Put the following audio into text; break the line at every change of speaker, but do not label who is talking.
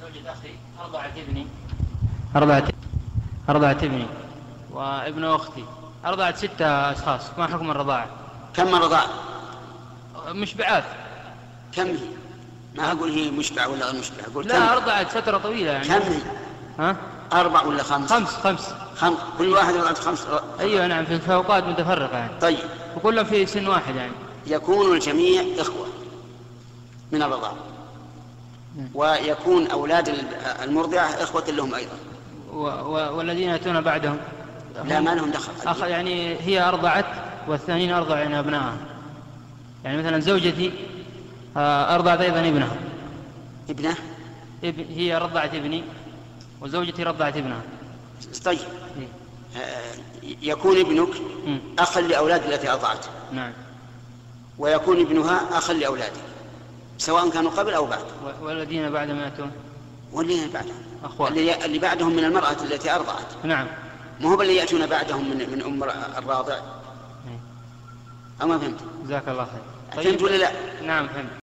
تولد أختي أرضعت ابني أرضعت أرضعت ابني وابن أختي أرضعت ستة أشخاص ما حكم الرضاعة
كم من رضاع
مشبعات
كم هي ما أقول هي مشبع ولا غير مشبع أقول
لا
كم
أرضعت فترة طويلة يعني
كم هي
ها
أربع ولا خمس
خمس خمس
خمس كل واحد رضعت خمس رضاع.
أيوة نعم في في أوقات متفرقة يعني
طيب
وكلهم في سن واحد يعني
يكون الجميع إخوة من الرضاع ويكون أولاد المرضعة إخوة لهم أيضا
و... و... والذين يأتون بعدهم
لا ما لهم دخل
أخ... يعني هي أرضعت والثانيين أرضعن أبنائها يعني مثلا زوجتي آه، أرضعت أيضا ابنها
ابنه
اب... هي رضعت ابني وزوجتي رضعت ابنها
طيب
إيه.
آه، يكون ابنك
مم.
أخا لأولاد التي أرضعته
نعم
ويكون ابنها أخا لأولادك سواء كانوا قبل أو بعد
و... والذين بعدما يأتون
واللي بعدهم
أخوات
اللي, اللي بعدهم من المرأة التي أرضعت
نعم
ما هو اللي يأتون بعدهم من من أم الراضع
إيه.
أو ما فهمت
جزاك الله خير طيب.
فهمت ولا لا؟
نعم فهمت